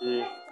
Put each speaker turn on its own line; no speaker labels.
一。